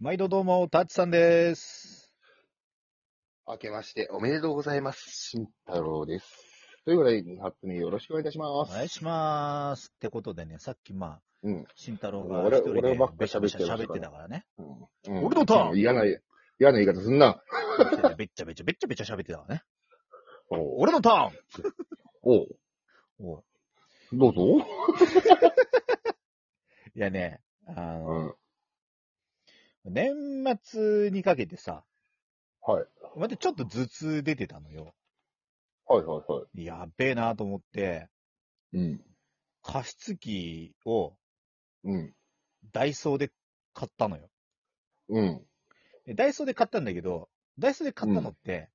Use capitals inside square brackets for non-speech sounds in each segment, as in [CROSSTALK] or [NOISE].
毎度どうも、タッチさんです。明けましておめでとうございます。慎太郎です。ということで、2発目よろしくお願いいたしおます。願いします。ってことでね、さっきまあ、うん。慎太郎もがう俺一人で俺ばっか喋ってましたから喋ってたからね。うん。俺のターンうん嫌な、嫌な言い方すんな。べっちゃべっちゃべっちゃべっちゃ喋ってたからね。おう俺のタおうーンおうどうぞ。いやね、あうの、ん。年末にかけてさ、はい。またちょっと頭痛出てたのよ。はいはいはやっべえなと思って、い。うん。加湿器をうん。ダイソーで買ったのよ。うん。でダイソーで買ったんだけど、ダイソーで買ったのって、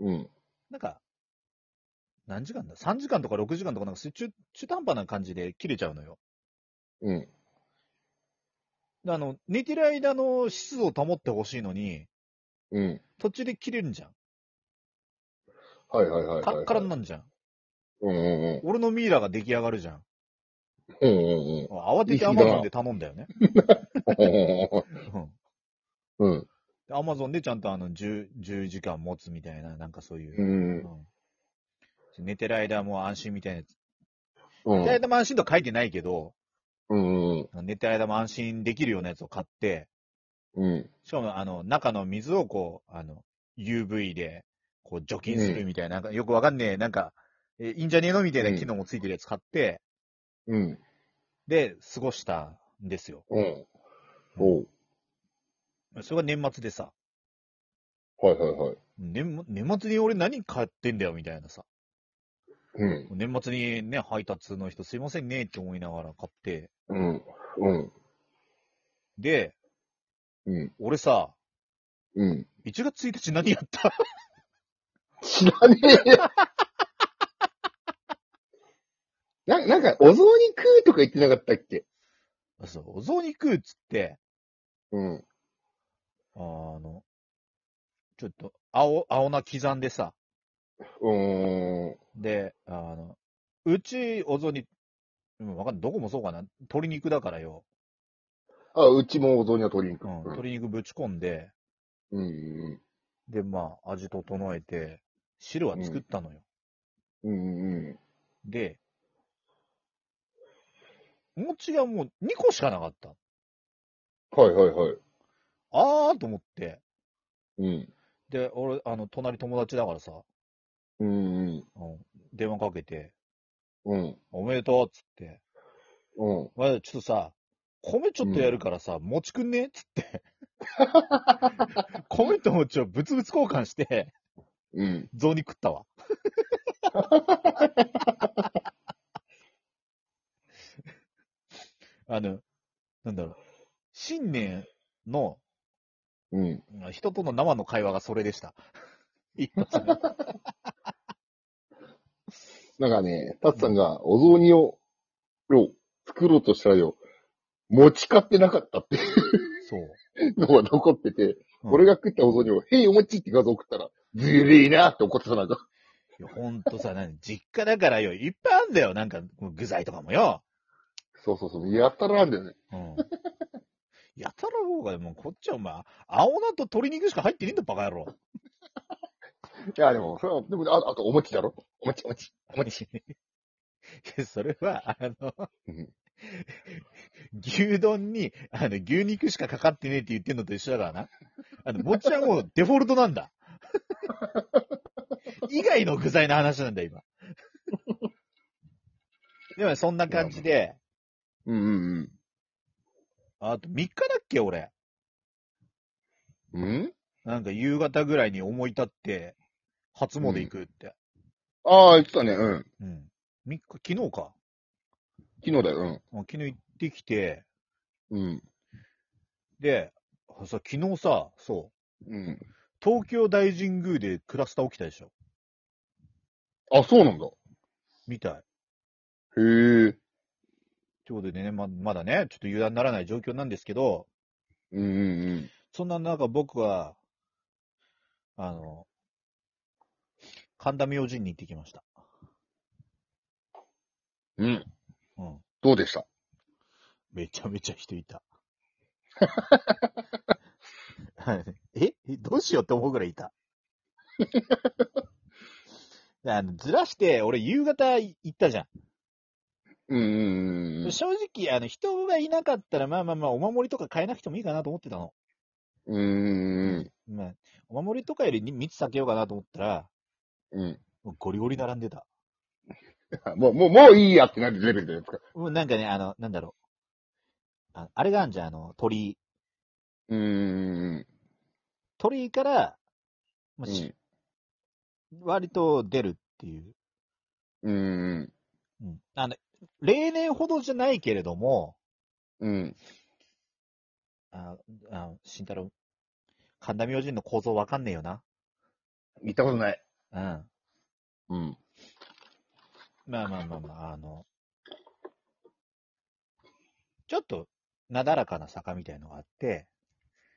うん。なんか、何時間だ ?3 時間とか6時間とかなんか中中途半端な感じで切れちゃうのよ。うん。であの、寝てる間の湿度を保ってほしいのに、うん。途中で切れるんじゃん。はいはいはいはい。カラッカラになんじゃん。うんうん俺のミイラが出来上がるじゃん。うん。うんうん慌ててアマゾンで頼んだよ [LAUGHS] ね。うん。うん。うん。アマゾンでちゃんとあの10、10時間持つみたいな、なんかそういうう。ん。うん寝てる間も安心みたいなやつ。う寝んてる。間も安心とは書いてないけど、うん。寝てる間も安心できるようなやつを買って、うん。しかも、あの、中の水をこう、あの、UV で、こう、除菌するみたいな、なんかよくわかんねえ、なんか、え、いいんじゃねえのみたいな機能もついてるやつ買って、うん。で、過ごしたんですよ。うん。おう。それが年末でさ、はいはいはい。年、年末に俺何買ってんだよ、みたいなさ。うん。年末にね、配達の人すいませんね、って思いながら買って、うん。うん。で、うん。俺さ、うん。 1月1日何やった [LAUGHS] 知らねえよ。 [LAUGHS] な、なんか、お雑煮食うとか言ってなかったっけあそう、お雑煮食うっつって、うん。あの、ちょっと、青、青菜刻んでさ、うーん。で、あの、うち、お雑煮、うん、わかんない。どこもそうかな。鶏肉だからよ。あ、うちもお雑煮は鶏肉。う。うんん。鶏肉ぶち込んで、うん。で、まあ、味整えて、汁は作ったのよ。うん。うん。で、餅がもう2個しかなかった。はいはいはい。あーと思って。うん。で、俺、あの、隣友達だからさ、うん。うん、電話かけて、うん。おめでとうっつって。うん。まあ、ちょっとさ、米ちょっとやるからさ、餅くんねっつって。 [LAUGHS] 米と餅をぶつぶつ交換して、うん。雑煮食ったわ。あの、なんだろう。新年の、うん。人との生の会話がそれでした。 [LAUGHS] 一発目なんかね、タツさんがお雑煮を、を作ろうとしたらよ、持ち買ってなかったっていそう。うのが残ってて、うん俺が食ったお雑煮を、へいお餅って画像送ったら、ずるいなって怒ってたなんか。いやほんとさ、何実家だからよ、いっぱいあんだよ。なんか、具材とかもよ。そうそうそう。やったらなんだよね。うん。やたら方が、もうこっちはお前、青菜と鶏肉しか入ってねえんだ、バカ野郎。いや、でも、それは、でも、ああと、お餅だろお餅、お餅。いやそれは、あのうん、牛丼に、あの、牛肉しかかかってねえって言ってんのと一緒だからな。あの、餅はもうデフォルトなん [LAUGHS] だ。以外の具材の話なんだ、今。でも、そんな感じで、うんうんあと3日だっけ、俺。うん。うんなんか夕方ぐらいに思い立って、初詣行くって。ああ、言ってたね。うん。うん。3日、昨日か。昨日だよ。うん昨日行ってきて、うん。うん。で、あさ昨日さ、そう、うん。東京大神宮でクラスター起きたでしょあ、そうなんだ。みたい。へえ。ということでねま、まだね、ちょっと油断ならない状況なんですけど、うんうんそんな中僕は、あの、神田明神に行ってきました。うん。うん。うん。どうでした [LAUGHS] めちゃめちゃ人いた。しようって思うぐらいいた。 [LAUGHS] あのずらして、俺夕方行ったじゃん。うんうんうん正直、あの、人がいなかったら、まあまあまあ、お守りとか買えなくてもいいかなと思ってたの。うん。うんまあ、お守りとかより3つ避けようかなと思ったら、うんうん。もうゴリゴリ並んでた。うん。もう、もう、もういいやってなるレベルじゃないですか。もうなんかね、あの、なんだろう。ああれがあんじゃん、あの、鳥居。うんうん鳥居から、うまあしん。割と出るっていう。うん。うんうん。あの、例年ほどじゃないけれども、うん。うん。あ、あ慎太郎、神田明神の構造わかんねえよな。見たことない。うん。うん。まあまあまあまあ、あの、ちょっと、なだらかな坂みたいのがあって、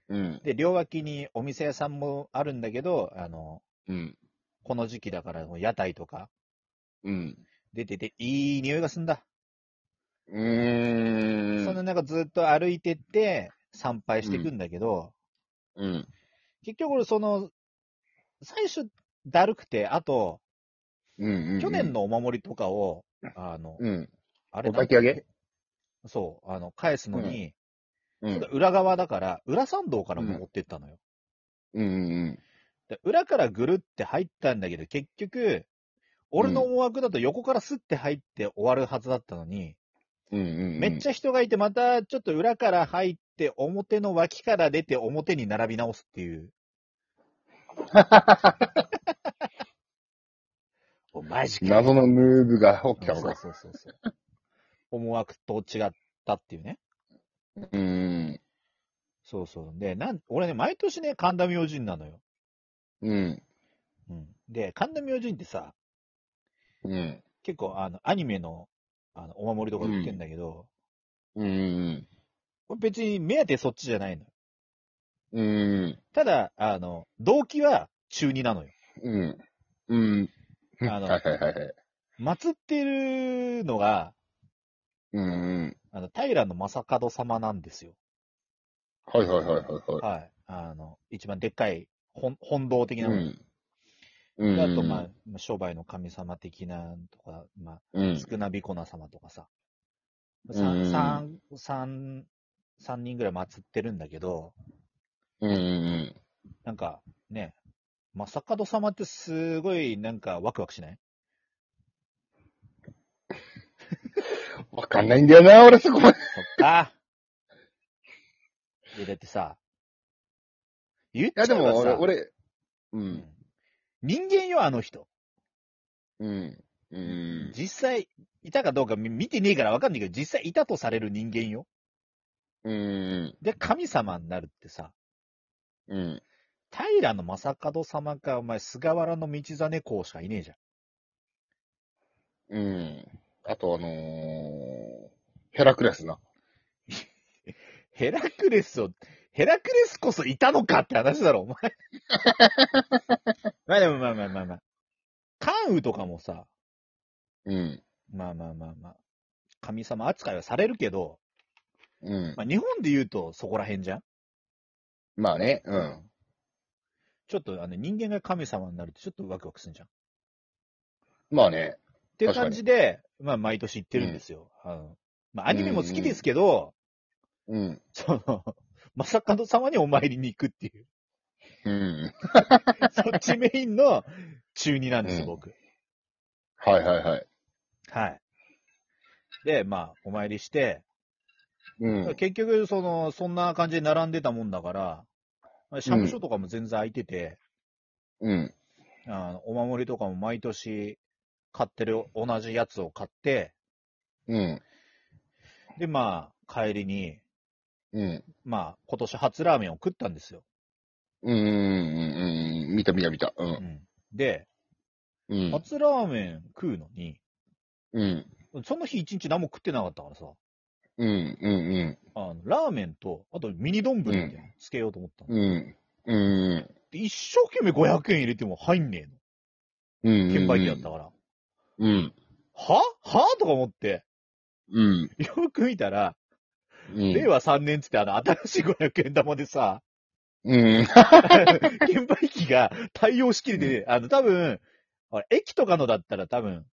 うん。で、両脇にお店屋さんもあるんだけど、あの、うん。この時期だから、屋台とかうん。出てて、いい匂いがすんだ。うーん。その中ずっと歩いてって、参拝していくんだけど、うん。結局俺その、最初、だるくて、あと、うんうんうん。去年のお守りとかを、あの、うん。あれお焚き上げそう、あの、返すのに、うん。うん裏側だから、裏参道からも持ってったのよ。うんで裏からぐるって入ったんだけど、結局、俺の思惑だと横からスッて入って終わるはずだったのに、うん。うんうん。めっちゃ。ゃ人がいて、またちょっと裏から入って、表の脇から出て、表に並び直すって [LAUGHS] いう。おマジか。謎のムーブが起きそたうのそうか。そうそう。思惑と違ったっていうね。うん。そうそう。で、なん、俺ね、毎年ね、神田明神なのよ。うん。うん。で、神田明神ってさ、うん。結構、あの、アニメの、あの、お守りとか売ってんだけど、うん。俺別に目当てそっちじゃないのよ。うん。ただ、あの、動機は中二なのよ。うん。うん。あのはいはいはいはい。祀ってるのが、うんうん。あの、平の正門様なんですよ。はいはいはいはいははい。あの、一番でっかい本、本堂的い。なうもの。ん。うん。であと、まあ、まあ商売の神様的なとか、まうあ、ん。少なびこな様とかさ。うん三、三、三、三人ぐらい祀ってるんだけど、うんうん。なんか、ね、正門様ってすごい、なんか、ワクワクしないわかんないんだよな、俺そこまで。そっ [LAUGHS] か。いや、だってさ、言っいちゃやえばでさ、も俺、俺、う。うんん人間よ、あの人。うん。うん。実際、いたかどうかみ見てねえからわかんないけど、実際いたとされる人間よ。うん。で、神様になるってさ、うん。平の正門様か、お前、菅原の道真公しかいねえじゃん。うん。あとあのー、ヘラクレスな。ヘラクレスを、ヘラクレスこそいたのかって話だろ、お前。 [LAUGHS] まあでもまあまあまあまあ。関羽とかもさ、うん。まあまあまあまあ。神様扱いはされるけど、うん。まあ、日本で言うとそこら辺じゃんまあね、うん。ちょっとあの人間が神様になるってちょっとワクワクするじゃん。っまあね。ていう感じで、まあ毎年行ってるんですよ。あのまあアニメも好きですけど、うん。その、 [LAUGHS] まさかの様にお参りに行くっていう、うん。そっちメインの中二なんですよ、うん僕。はいはいはい。はい。で、まあ、お参りして、うん。結局、その、そんな感じで並んでたもんだから、まあ社務所とかも全然空いてて、うん。あの、お守りとかも毎年買ってる同じやつを買って、うん。で、まあ、帰りに、うん。まあ、今年初ラーメンを食ったんですよ。うん。うん。見た見た見た。う。うんん。で、うん。初ラーメン食うのに、うん。その日一日何も食ってなかったからさ、うん。うん。あの、ラーメンと、あとミニ丼ぶりみたいなのつけようと思ったの、うん。うん。で、一生懸命500円入れても入んねうえん。の。券売機だったから。うん。ははとか思って、うん。よく見たら、うん。 [LAUGHS] 令和3年つってあの、新しい500円玉でさ、うん。券売機が対応しきれて、あの、多分、あれ駅とかのだったら多分、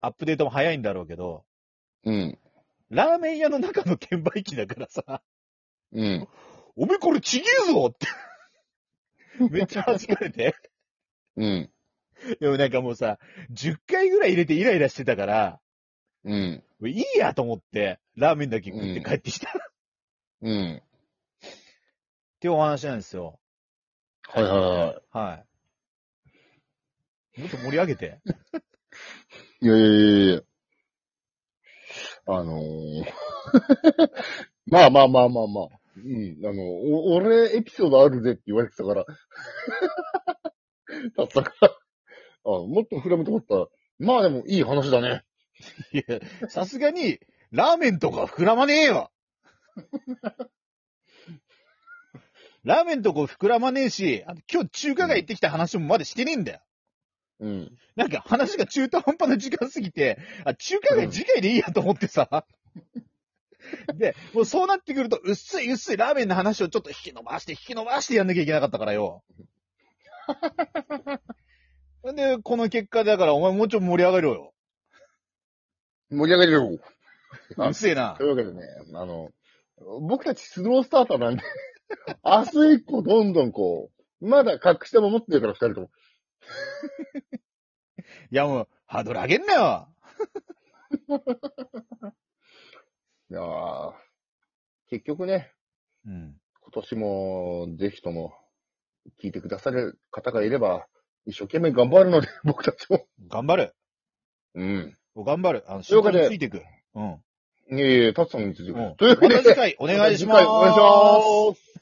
アップデートも早いんだろうけど、うん。ラーメン屋の中の券売機だからさ、うん。おめえこれちげえぞ [LAUGHS] って。めっちゃ恥ずかれて。うん。でもなんかもうさ、10回ぐらい入れてイライラしてたから、うん。もういいやと思って、ラーメンだけ食って帰ってきた。っうん。ていうお話なんですよ。はいはいははい。もっと盛り上げて。い。いやいやいやいや。あのー、 [LAUGHS] まあまあまあまあまあ。うん。あの、お俺エピソードあるぜって言われてたから。 [LAUGHS] だったから。あもっと膨らむと思ったら、まあでもいい話だね。いや、さすがに、ラーメンとか膨らまねえよラーメンとか膨らまねえし、あの今日中華街行ってきた話もまだしてねえんだよ。うん。なんか話が中途半端な時間過ぎて、あ、中華街次回でいいやと思ってさ。で、もうそうなってくると、薄い薄いラーメンの話をちょっと引き伸ばして、引き伸ばしてやんなきゃいけなかったからよ。で、この結果だから、お前もうちょい盛り上がろよ。盛り上がりよ。うるせえなとい。うわけでね、あの、僕たちスロースターターなんで、 [LAUGHS] 明日以降どんどんこう、まだ隠しても持ってるから二人とも。いやもう、ハードル上げんなよ。いやー結局ね、うん。今年もぜひとも聞いてくださる方がいれば、一生懸命頑張るので、僕たちも。頑張る。うん。頑張る。あの、という習わけ慣でについていく。うん。いえいえ、タツさんについてくうんというわけまた次で、回お願いしままたす。次回お願いします。